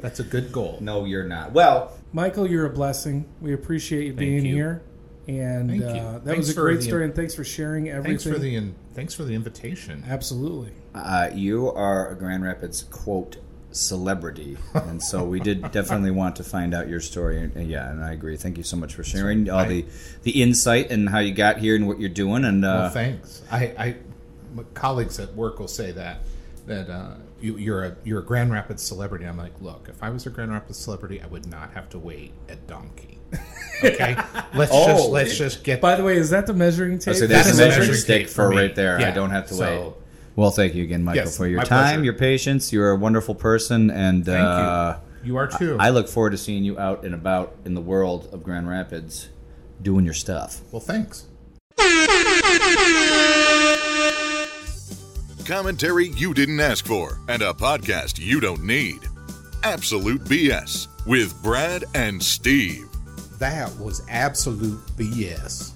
That's a good goal.
No, you're not. Well,
Michael, you're a blessing. We appreciate you being
you.
here. And
Thank you.
Uh, that
Thanks
was a
for
great
the-
story, and thanks for sharing everything.
Thanks for the in, thanks for the invitation.
Absolutely.
Uh, you are a Grand Rapids quote celebrity, and so we did definitely want to find out your story. And, and yeah, and I agree. Thank you so much for sharing all the the insight and how you got here and what you're doing. And
Well,
uh,
thanks. I, I my colleagues at work will say that that uh, you, you're a you're a Grand Rapids celebrity. I'm like, look, if I was a Grand Rapids celebrity, I would not have to wait at Donkey. Okay, let's just
Oh.
let's just get
By the way, is that the measuring tape?
so there's
That's
a
a
measuring
measuring
stick
tape
for
for me.
right there. I
Yeah,
don't have to
so-
wait. Well, thank you again, Michael,
Yes,
for your
my
time,
pleasure.
your patience. You're a wonderful person, and
Thank
uh,
you. You are too.
I look forward to seeing you out and about in the world of Grand Rapids, doing your stuff.
well, thanks.
Commentary you didn't ask for and a podcast you don't need. Absolute BS with Brad and Steve.
That was absolute BS.